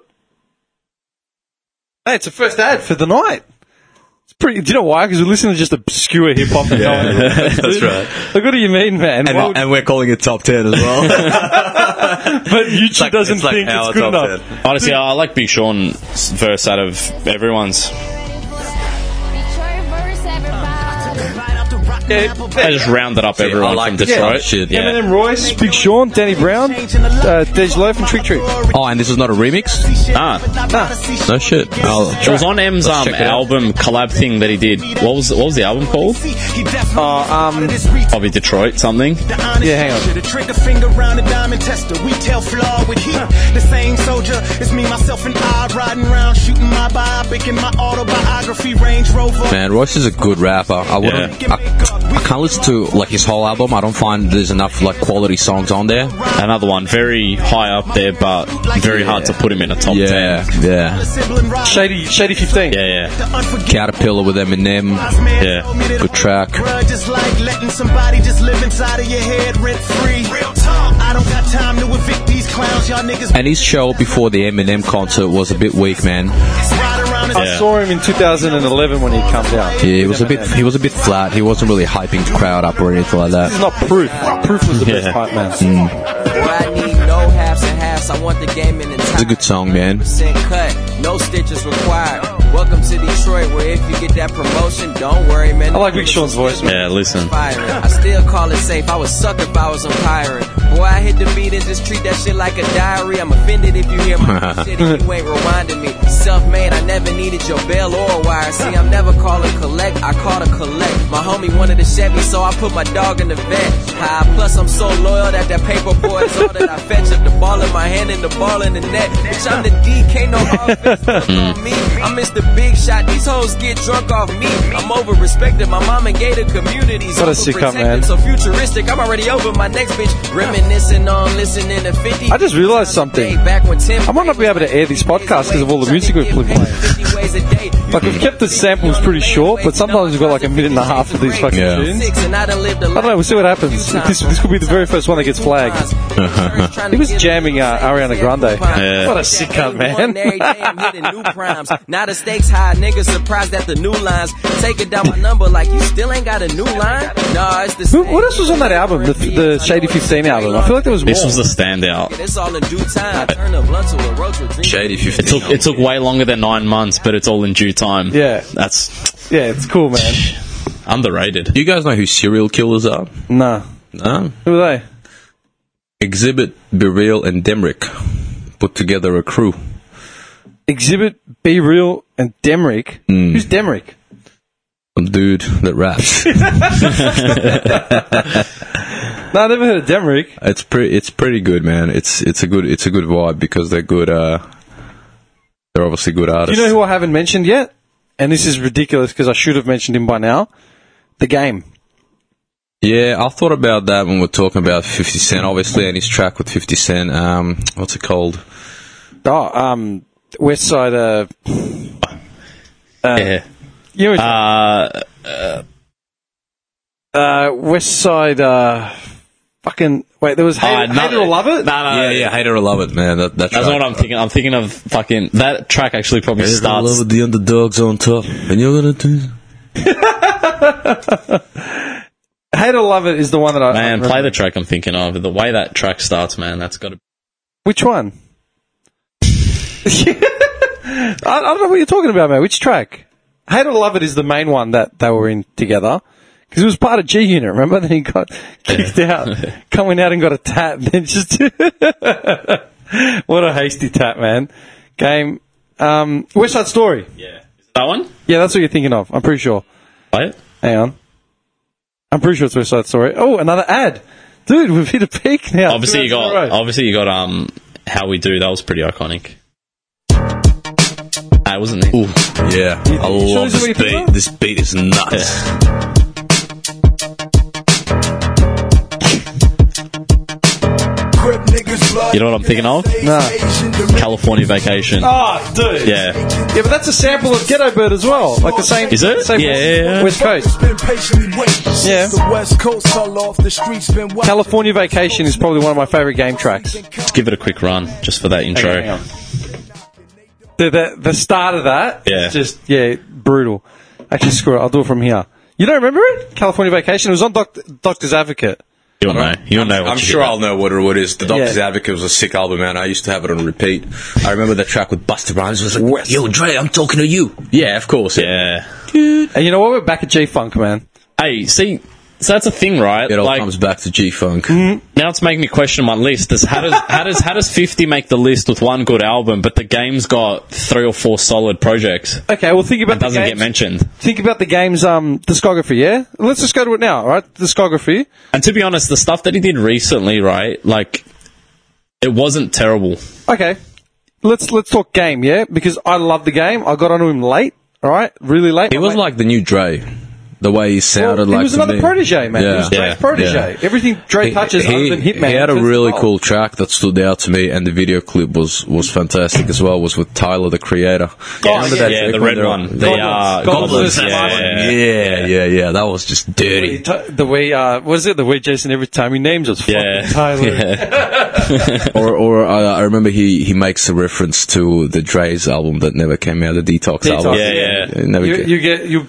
Hey, it's the first ad for the night. It's pretty. Do you know why? Because we listen to just obscure hip hop. and no one- That's right. Like, what do you mean, man? And, Why would- and we're calling it top 10 as well. but YouTube like- doesn't it's like think our it's good top enough. Honestly, I like Big Sean verse out of everyone's. I just rounded up See, I everyone like from this Detroit. kind of shit. Yeah. Eminem Royce, Big Sean, Danny Brown, uh, Dej Loaf, and Trick Trick. oh, and this is not a remix? Ah, No shit. I'll- it was on M's um, check it out. album collab thing that he did. What was what was the album called? Uh, um, Probably Detroit something. yeah, hang on. The trigger finger round a diamond tester. We tell flaw with heat. The same soldier is me, myself, and I riding round, shooting my biopic in my autobiography, Range Rover. Man, Royce is a good rapper. I wouldn't. I, I can't listen to like his whole album. I don't find there's enough like quality songs on there. Another one, very high up there, but very hard to put him in a top yeah, ten. Yeah, Shady, Shady 15. Yeah, yeah. Caterpillar with Eminem. Yeah, good track. Just like letting somebody just live inside of your head rent free. Real talk. I don't got time to evict these clowns. Y'all niggas And his show before the Eminem concert was a bit weak, man. ride around and I saw him in 2011 when he comes out. Yeah, he was a bit he was a bit flat. He wasn't really hyping the crowd up or anything like This is that. not proof. Proof was the best hype man. Mm. I need no halves and halves. I want the game in It's a entirety. good song, man. Percent cut, no stitches required. Welcome to Detroit, where if you get that promotion, don't worry, man. I like Big Sean's voice, man. Yeah, listen. Firing. I still call it safe. I would suck if I was umpiring. Boy, I hit the beat and just treat that shit like a diary. I'm offended if you hear my shit and you ain't reminding me. Self-made, I never needed your bell or a wire. See, I'm never calling collect. I call to collect. My homie wanted to shed me, so I put my dog in the vet. High plus, I'm so loyal that that paper boy is all that I fetch. Up the ball in my hand and the ball in the net. Bitch, I'm the DK, no offense on me. I'm Mr. Big Shot. These hoes get drunk off me. I'm over respected. My mom and gated communities. What a sicko, overprotected, man. So futuristic. I'm already over my next bitch. Reminiscing on listening to 50. I just realised something. Back when Tim I might not be able to air this podcast because of all the music we've been playing. ways a day. Like, we've kept the samples pretty short, but sometimes we've got like a minute and a half of these fucking Yeah. tunes. Six and I done lived a I don't know, we'll see what happens. This, this could be the very first one that gets flagged. he was jamming uh, Ariana Grande. Yeah. What a sick cunt, man. Every day I'm hitting new primes. Now the stakes high, niggas surprised at the new lines. Take it down my number like you still ain't got a new line. Nah, it's the Who, what else was on that album, the, the Shady 15 album? I feel like there was more. This was the standout. It's all in due time. Turn a blunt to a roach with dreams. Shady It took it took way longer than nine months, but it's all in due time. Yeah. that's Yeah, it's cool, man. underrated. You guys know who serial killers are? Nah. No. Who are they? Exhibit, Be Real, and Demrick put together a crew. Exhibit, Be Real, and Demrick. Mm. Who's Demrick? Some dude that raps. No, I never heard of Demrick. it's pretty. It's pretty good, man. It's it's a good it's a good vibe because they're good. Uh, they're obviously good Do artists. you know who I haven't mentioned yet? And this is ridiculous because I should have mentioned him by now. The game. yeah, I thought about that when we are talking about Fifty Cent, obviously, and his track with Fifty Cent. Um, what's it called? Oh, um, Westside, uh, yeah. you Ah, know, Uh, uh, Westside, uh, fucking, wait, there was Hate, Ah, no- Hate It or Love It? no, no, yeah, yeah, hater or love it, man. That, that That's track. what I'm thinking. I'm thinking of fucking that track. Actually, probably Hater or love starts. it, the underdogs on top, and you're gonna do. Hate It or Love It is the one that I. I Man, remember. play the track I'm thinking of. The way that track starts, man, that's got to. Which one? I, I don't know what you're talking about, man. Which track? Hate or Love It is the main one that they were in together. Because it was part of G Unit, remember? Then he got kicked out, coming out and got a tat, and then just. what a hasty tat, man. Game. Um, West Side Story. Yeah, Is that one. Yeah, that's what you're thinking of. I'm pretty sure. Play it. Hang on. I'm pretty sure it's West Side Story. Oh, another ad. Dude, we've hit a peak now. Obviously, you got. Obviously, you got. Um, how we do. That was pretty iconic. That wasn't it. Yeah, I sure love this is what you this think beat. of? This beat is nuts. Crip niggas blood. You know what I'm thinking of? Nah. California Vacation. Ah, Oh, dude. Yeah. Yeah, but that's a sample of Ghetto Bird as well. Like the same. Is it? Same Yeah, yeah, yeah. West Coast. Been patiently waiting since Yeah. the West Coast fell off the streets. Been wet. California Vacation is probably one of my favorite game tracks. Let's give it a quick run just for that intro. Hang on. The, the, the start of that Yeah. is just, yeah, brutal. Actually, screw it. I'll do it from here. You don't remember it? California Vacation. It was on Doc, Doctor's Advocate. You'll know. You'll know. What I'm you sure get. I'll know what it is. The Doctor's Yeah. Advocate was a sick album, man. I used to have it on repeat. I remember the track with Buster Rhymes was like, "Yo, Dre, I'm talking to you." Yeah, of course. Yeah. And you know what? We're back at G Funk, man. Hey, see, so that's a thing, right? It all like comes back to G Funk. now, it's making me question my list. Is how does how does how does Fifty make the list with one good album, but the game's got three or four solid projects Okay, well, think about that doesn't the get games- mentioned? Think about the game's um, discography, yeah? Let's just go to it now, all right? Discography. And to be honest, the stuff that he did recently, right? Like, it wasn't terrible. Okay. Let's let's talk game, yeah? Because I love the game. I got onto him late, all right? Really late. He was like the new Dre. The way he sounded He like was to another me. protege, man. He Yeah. was Drake's Yeah. protege. Yeah. Everything Drake touches other than Hitman. He had a turns really gold. cool track that stood out to me, and the video clip was, was fantastic as well. Was with Tyler the Creator. Yeah, Remember yeah, that yeah, track the when red they're- one. They are goblins, yeah, yeah, yeah, yeah, yeah. That was just dirty. T- oh, the way, uh, what is it? The way Jason every time he names us, yeah, Tyler. or or uh, I, I remember he, he makes a reference to the Dre's album that never came out, the Detox, album. It never you, came- you get you.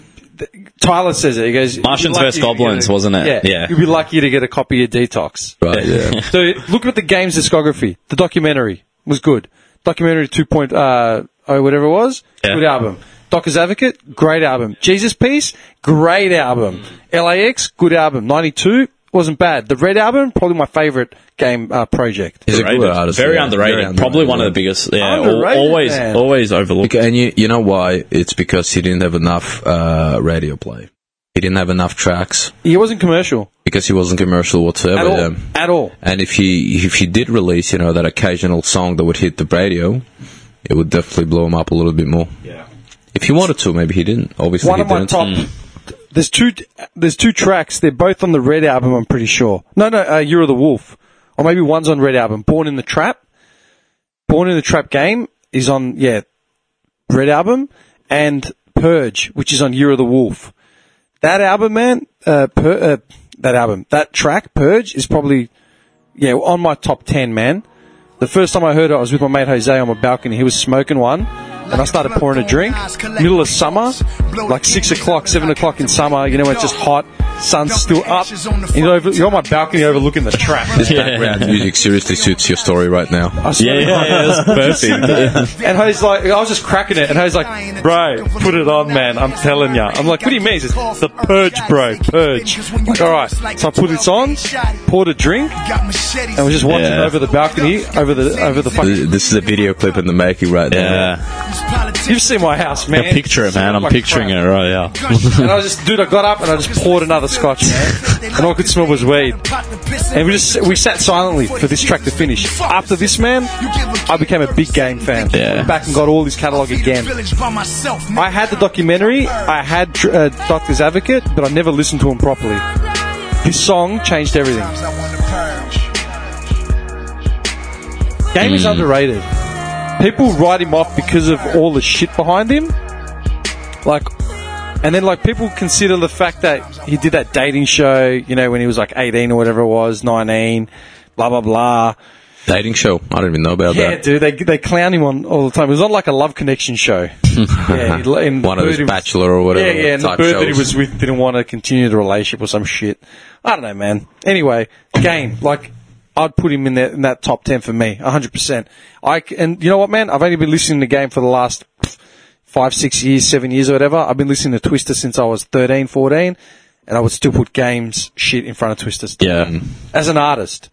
Tyler says it. He goes, Martians "You're lucky vs. to get Goblins, a- wasn't it? Yeah, Yeah. You'd be lucky to get a copy of Detox. Right. Yeah. so look at the game's discography. The documentary was good. Documentary two point uh, oh whatever it was, good album. Docker's Advocate, great album. Jesus Peace, great album. LAX, good album. Ninety two wasn't bad. The Red album, probably my favorite game uh, project. He's a good Underrated. artist. Very yeah. underrated. Probably one of the biggest. Yeah, al- Underrated, always, man. always overlooked. Beca- And you, you know why? It's because he didn't have enough uh, radio play. He didn't have enough tracks He wasn't commercial because he wasn't commercial whatsoever. at all. yeah. At all. And if he if he did release, you know, that occasional song that would hit the radio, it would definitely blow him up a little bit more. Yeah. If he wanted to, maybe he didn't. Obviously, One he of my didn't. Mm. top. There's two. There's two tracks. They're both on the Red album. I'm pretty sure. No, no. Uh, Year of the Wolf, or maybe one's on Red album. Born in the Trap. Born in the Trap game is on yeah, Red album, and Purge, which is on Year of the Wolf. That album, man. Uh, pur- uh, that album. That track, Purge, is probably yeah on my top ten, man. The first time I heard it, I was with my mate Jose on my balcony. He was smoking one, and I started pouring a drink. Middle of summer, like six o'clock, seven o'clock in summer. You know, when it's just hot, sun's still up. And you're, over, you're on my balcony overlooking the track. This background music seriously suits your story right now. I swear to God. and Jose's like, I was just cracking it, and Jose's like, bro, put it on, man. I'm telling ya. I'm like, what do you mean? He says, the purge, bro, purge. I'm Like, all right. So I put it on, poured a drink, and was just watching Yeah. over the balcony, over the over the fucking. Th- This is a video clip in the making right now. Yeah. You've seen my house, man. I picture it, man. I'm Like picturing it right now. and I was just, dude, I got up and I just poured another scotch, man. And all I could smell was weed. And we just we sat silently for this track to finish. After this, man, I became a big game fan. Yeah. Back and got all his catalog again. I had the documentary, I had tr- uh, Doctor's Advocate, but I never listened to him properly. This song changed everything. Game is underrated. People write him off because of all the shit behind him. Like, and then like people consider the fact that he did that dating show, you know, when he was like 18 or whatever it was, 19, blah blah blah. Dating show. I don't even know about Yeah, that. dude, they they clown him on all the time. It was on like a love connection show. yeah, he'd let him- One of bird those he was- bachelor or whatever. Yeah, yeah, and the type bird that he shows. was with didn't want to continue the relationship or some shit. I don't know, man. Anyway, game like I'd put him in that in that top ten for me, hundred percent. I c- and you know what, man? I've only been listening to game for the last pff, five, six years, seven years or whatever. I've been listening to Twister since I was 13, 14, and I would still put games shit in front of Twister still. Yeah. as an artist.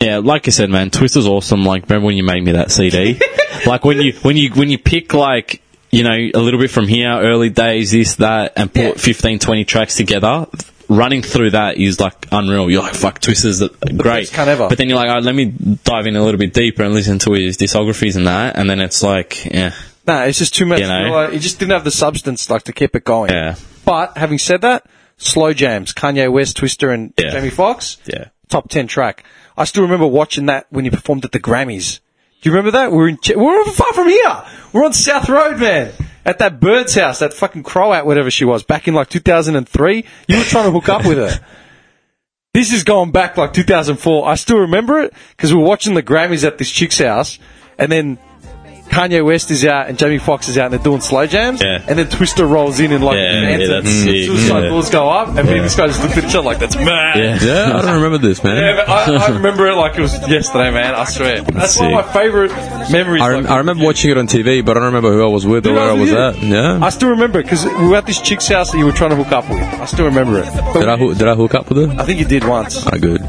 Yeah, like you said, man, Twister's awesome. Like, remember when you made me that CD? like when you when you when you pick like you know a little bit from here, early days, this that, and put fifteen, twenty 15, 20 tracks together. Running through that is like unreal. You're like, fuck, Twister's the, great. cunt ever. But then you're like, oh, let me dive in a little bit deeper and listen to his discographies and that. And then it's like, yeah, No, it's just too much. You know? Like, he just didn't have the substance like to keep it going. yeah, But having said that, slow jams, Kanye West, Twister, and Yeah. Jamie Foxx, yeah. top ten track. I still remember watching that when you performed at the Grammys. Do you remember that? We're in, Ch- we're not far from here. We're on South Road, man. At that bird's house, that fucking crow out, whatever she was, back in like 2003, you were trying to hook up with her. This is going back like 2004. I still remember it because we were watching the Grammys at this chick's house, and then Kanye West is out and Jamie Foxx is out and they're doing slow jams, Yeah. and then Twister rolls in and like Yeah, yeah, dances. that's sick, Suicide yeah. doors go up, and me and this guy just looked at each other like that's mad. Yeah. Yeah, I don't remember this, man. Yeah, but I, I remember it like it was yesterday, man. I swear. That's one of my favorite memories. I, rem- I remember watching it on TV, but I don't remember who I was with or Dude, where I was with at. you. Yeah. I still remember because we were at this chick's house that you were trying to hook up with. I still remember it. But Did I, hoo- did I hook up with her? I think you did once. Ah, good.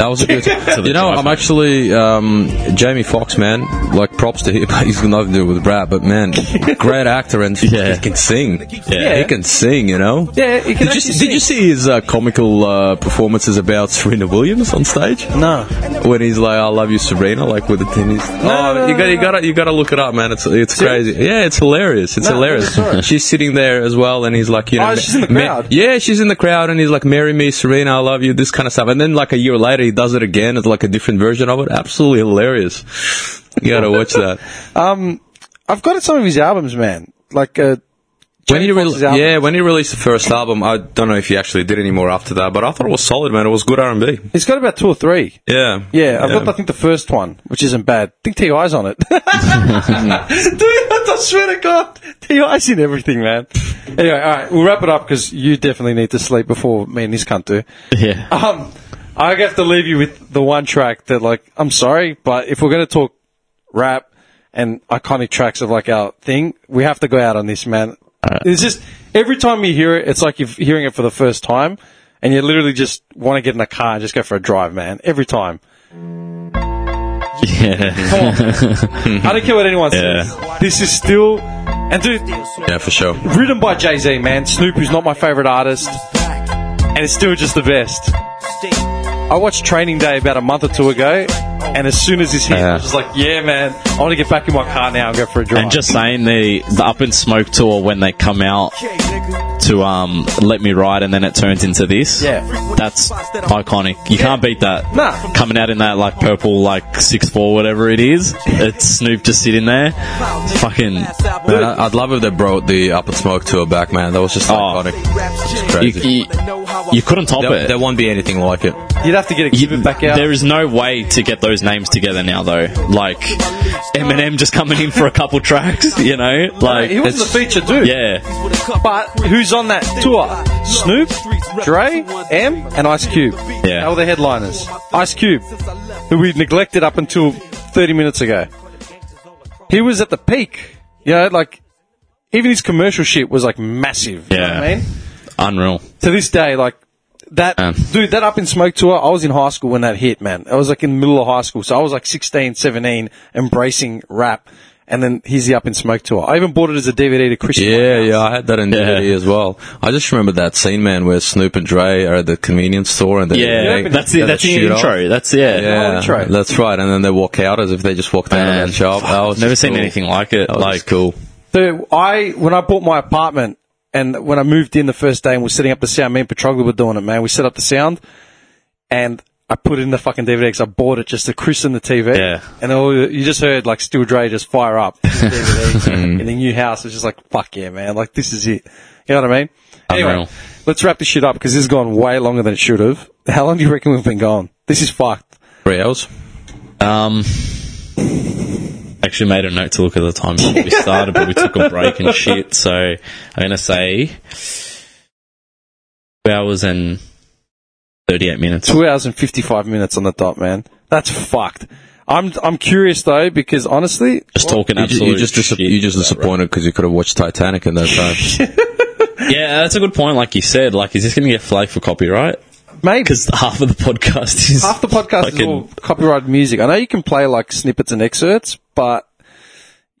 That was a good. To the you know, driver. I'm actually um, Jamie Foxx, man. Like props to him. He's got nothing to do with rap, but man, great actor and he can sing. Yeah. he can sing. You know. Yeah, he can Did you, actually did you see his uh, comical uh, performances about Serena Williams on stage? No. When he's like, "I love you, Serena," like with the tennis. oh, you got, you got, you got to look it up, man. It's it's crazy. Yeah, it's hilarious. It's No, hilarious. I saw it. she's sitting there as well, and he's like, you know, Oh, she's in the ma- crowd. yeah, she's in the crowd, and he's like, "Marry me, Serena, I love you," this kind of stuff. And then like a year later, he does it again. It's like a different version of it. Absolutely hilarious. You got to watch that. Um, I've got some of his albums, man. Like, uh, When he Foxx's album. yeah, when he released the first album, I don't know if he actually did any more after that, but I thought it was solid, man. It was good R and B. he's got about two or three. Yeah, Yeah, I've got, I think, the first one, which isn't bad. I think T.I.'s on it. Dude, Mm. I swear to God, T.I.'s in everything, man. Anyway, alright, we'll wrap it up because you definitely need to sleep before me and this cunt do. Yeah. Um, I have to leave you with the one track that, like, I'm sorry, but if we're going to talk rap and iconic tracks of, like, our thing, we have to go out on this, man. It's just, every time you hear it, it's like you're hearing it for the first time, and you literally just want to get in a car and just go for a drive, man. Every time. Yeah. I don't care what anyone Yeah. says. This is still, and dude, yeah, for sure. written by Jay Z, man. Snoop, who's not my favorite artist, and it's still just the best. I watched Training Day about a month or two ago, and as soon as this hit, I was just like, yeah, man, I want to get back in my car now and go for a drive. And just saying the, the Up in Smoke tour when they come out to um, Let Me Ride and then it turns into this. Yeah. That's iconic. You can't beat that. Nah. Coming out in that like purple like six four whatever it is. It's Snoop just sitting there. Fucking uh, Man, I- I'd love if they brought the Up and Smoke tour back, man. That was just iconic. It's crazy. You- you couldn't top there, it. There won't be anything like it. You'd have to get exhibit back out. There is no way to get those names together now, though. Like Eminem just coming in for a couple tracks, you know. Like he wasn't it's- the feature dude. Yeah, But who's on that tour? Snoop, Dre, M, and Ice Cube. Yeah. They were the headliners. Ice Cube, who we neglected up until 30 minutes ago. He was at the peak. You know, like, even his commercial shit was like massive. You know what I Yeah. mean? unreal. To this day, like, that, dude, that Up in Smoke tour, I was in high school when that hit, man. I was like in the middle of high school. So I was like 16, 17, embracing rap. And then here's the Up in Smoke tour. I even bought it as a DVD to Christian. Yeah, yeah, I had that in DVD as well. I just remember that scene, man, where Snoop and Dre are at the convenience store and they Yeah, they- that's the they that's the shoot off. intro. That's yeah. Yeah, intro. that's right. And then they walk out as if they just walked out of that shop. That was Never just seen cool. anything like it. That was Like just cool. Dude, I when I bought my apartment and when I moved in the first day and we're setting up the sound, me and Petroglu were doing it, man. We set up the sound and I put it in the fucking DVD because I bought it just to christen the TV. Yeah. And all, you just heard like Steel Dre just fire up the DVD in the new house. It's just like, fuck yeah, man. Like, this is it. You know what I mean? Anyway, Unreal. let's wrap this shit up because this has gone way longer than it should have. How long do you reckon we've been gone? This is fucked. Three hours. um. Actually, made a note to look at the time before we started, but we took a break and shit. So I'm gonna say two hours and thirty-eight minutes. Two hours and fifty-five minutes on the dot, man. That's fucked. I'm I'm curious though because honestly, Just talking You, ju- absolute you just dis- shit. you just disappointed because you could have watched Titanic in that time. Yeah, that's a good point. Like you said, like is this going to get flagged for copyright? Maybe because half of the podcast is half the podcast is fucking- all copyrighted music. I know you can play like snippets and excerpts, but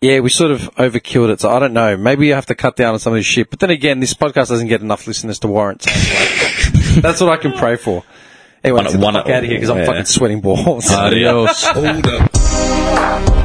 yeah, we sort of overkilled it. So I don't know. Maybe you have to cut down on some of this shit. But then again, this podcast doesn't get enough listeners to warrant. something. That's what I can pray for. Anyway, One- let's get the one- fuck out of here because I'm yeah. fucking sweating balls. Adios. Hold up.